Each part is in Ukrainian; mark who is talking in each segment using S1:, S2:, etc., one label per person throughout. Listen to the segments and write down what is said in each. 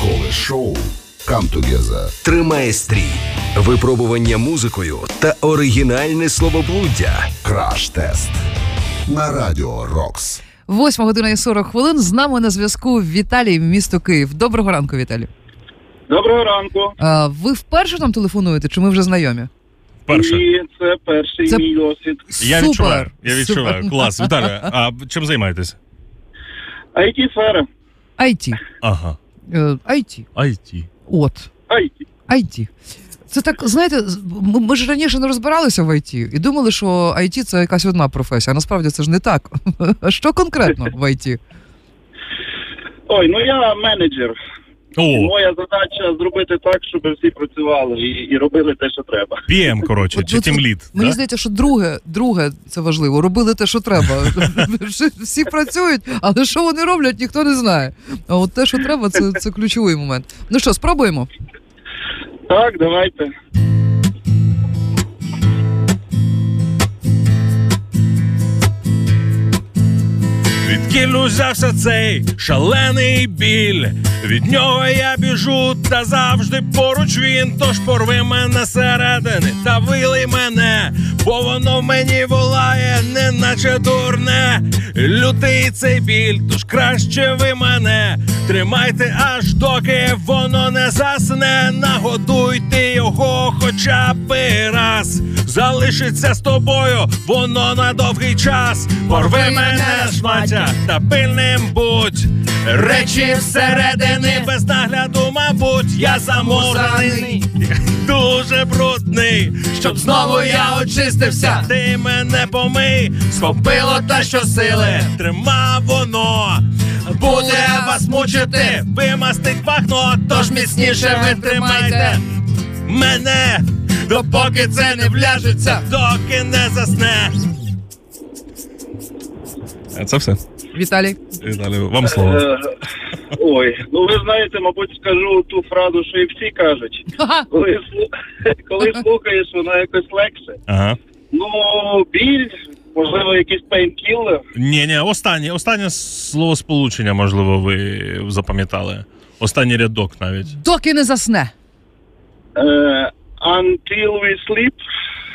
S1: Нове шоу «Come Together».
S2: Тримає стрій, випробування музикою та оригінальне словоблуддя.
S1: Краш-тест на Радіо Рокс.
S3: 8 година і 40 хвилин. З нами на зв'язку Віталій, місто Київ. Доброго ранку, Віталій.
S4: Доброго ранку.
S3: А, ви вперше нам телефонуєте, чи ми вже знайомі?
S5: Перше.
S4: І це перший
S3: Це-
S4: мій досвід.
S5: Я
S3: Супер!
S5: відчуваю. Я відчуваю.
S3: Супер.
S5: Клас. Віталій, а чим займаєтесь?
S4: it сфера
S3: IT.
S5: Ага.
S3: Е, IT.
S5: IT.
S3: От.
S4: IT.
S3: IT. Це так, знаєте, з- ми, ми ж раніше не розбиралися в IT і думали, що IT це якась одна професія. А насправді це ж не так. Що конкретно в IT?
S4: Ой, ну я менеджер.
S5: О,
S4: Моя задача зробити так, щоб всі працювали і, і робили те, що треба.
S5: PM, Ем, коротше,
S3: От-
S5: чи
S3: от-
S5: Team Lead.
S3: Мені
S5: да?
S3: здається, що друге, друге це важливо. Робили те, що треба. Що Всі працюють, але що вони роблять, ніхто не знає. А от те, що треба, це, це ключовий момент. Ну що, спробуємо?
S4: Так, давайте.
S5: Відкіль узявся цей шалений біль. Від нього я біжу та завжди поруч він. Тож порви мене середини та вилий мене, бо воно в мені волає, неначе дурне. Лютий цей біль, тож краще ви мене. Тримайте аж доки воно не засне. Нагодуйте його хоча б раз. Залишиться з тобою, воно на довгий час. Порви мене шмаття та пильним будь. Речі всередини без нагляду, мабуть, я замурений, дуже брудний, щоб знову я очистився. Ти мене помий, схопило та що сили, трима воно. Буде вас мучити, вимастить пахно, тож міцніше ви тримайте мене, допоки це не вляжеться, доки не засне. Е, Це все.
S3: Віталій.
S5: Віталій, вам слово.
S4: Е, ой, ну ви знаєте, мабуть, скажу ту фразу, що і всі кажуть.
S3: Ага.
S4: Коли, слу- коли слухаєш, воно якось легше.
S5: Ага.
S4: Ну, біль, можливо, якийсь пейнкілер.
S5: Ні, ні, останнє, останнє словосполучення, можливо, ви запам'ятали. Останній рядок навіть.
S3: Доки не засне.
S4: Е, until we sleep.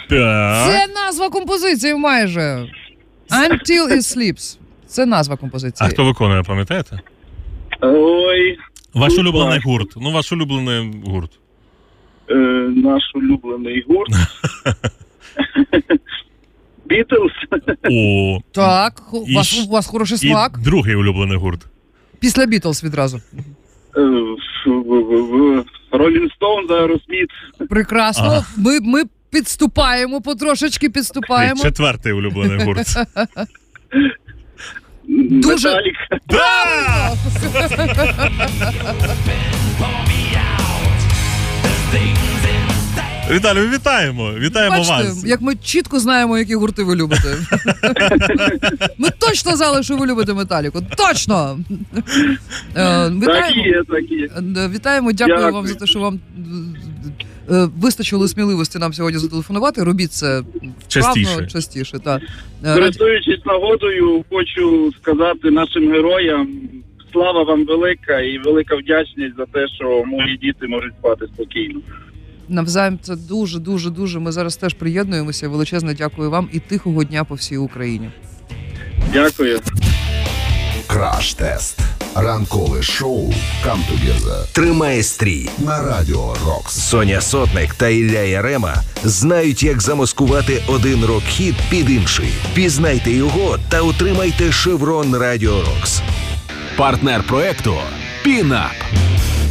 S5: Так.
S3: Це назва композиції майже. Until it sleeps. Це назва композиції.
S5: А хто виконує, пам'ятаєте?
S4: Ой,
S5: Ваш
S4: Гурт
S5: улюблений
S4: «Ваш».
S5: гурт. Ну, ваш улюблений гурт.
S4: е, наш улюблений гурт. Бітлз.
S5: О,
S3: Так, ху- у
S5: І
S3: вас,
S5: щ-
S3: у вас хороший
S5: і
S3: смак.
S5: другий улюблений гурт.
S3: Після Бітлз відразу.
S4: е, Ролін Стоун за Аеросміт.
S3: Прекрасно.
S5: Ага.
S3: Ми, ми підступаємо, потрошечки підступаємо.
S5: Четвертий улюблений гурт.
S3: Дуже-
S4: Металік.
S5: Да! Віталію, вітаємо! Вітаємо
S3: Бачите,
S5: вас!
S3: як ми чітко знаємо, які гурти ви любите. ми точно знали, що ви любите металіку. Точно! Е,
S4: Так і
S3: Вітаємо.
S4: є, так і є.
S3: Е, Вітаємо, дякую,
S4: Дякую.
S3: вам за те, що вам е, е, вистачило сміливості нам сьогодні зателефонувати. Робіть це
S5: Частіше.
S3: вправно, частіше. Та. Е, раді-
S4: Користуючись нагодою, хочу сказати нашим героям. Слава вам велика і велика вдячність за те, що мої діти можуть спати спокійно.
S3: Навзаєм це дуже, дуже, дуже. Ми зараз теж приєднуємося. Величезне дякую вам і тихого дня по всій Україні.
S4: Дякую.
S1: Краш-тест. Ранкове шоу «Come Together»
S2: Тримає стрій.
S1: на Радіо Рокс.
S2: Соня Сотник та Ілля Ярема знають, як замаскувати один рок-хіт під інший. Пізнайте його та отримайте шеврон Радіо Рокс. Партнер проекту Пінап.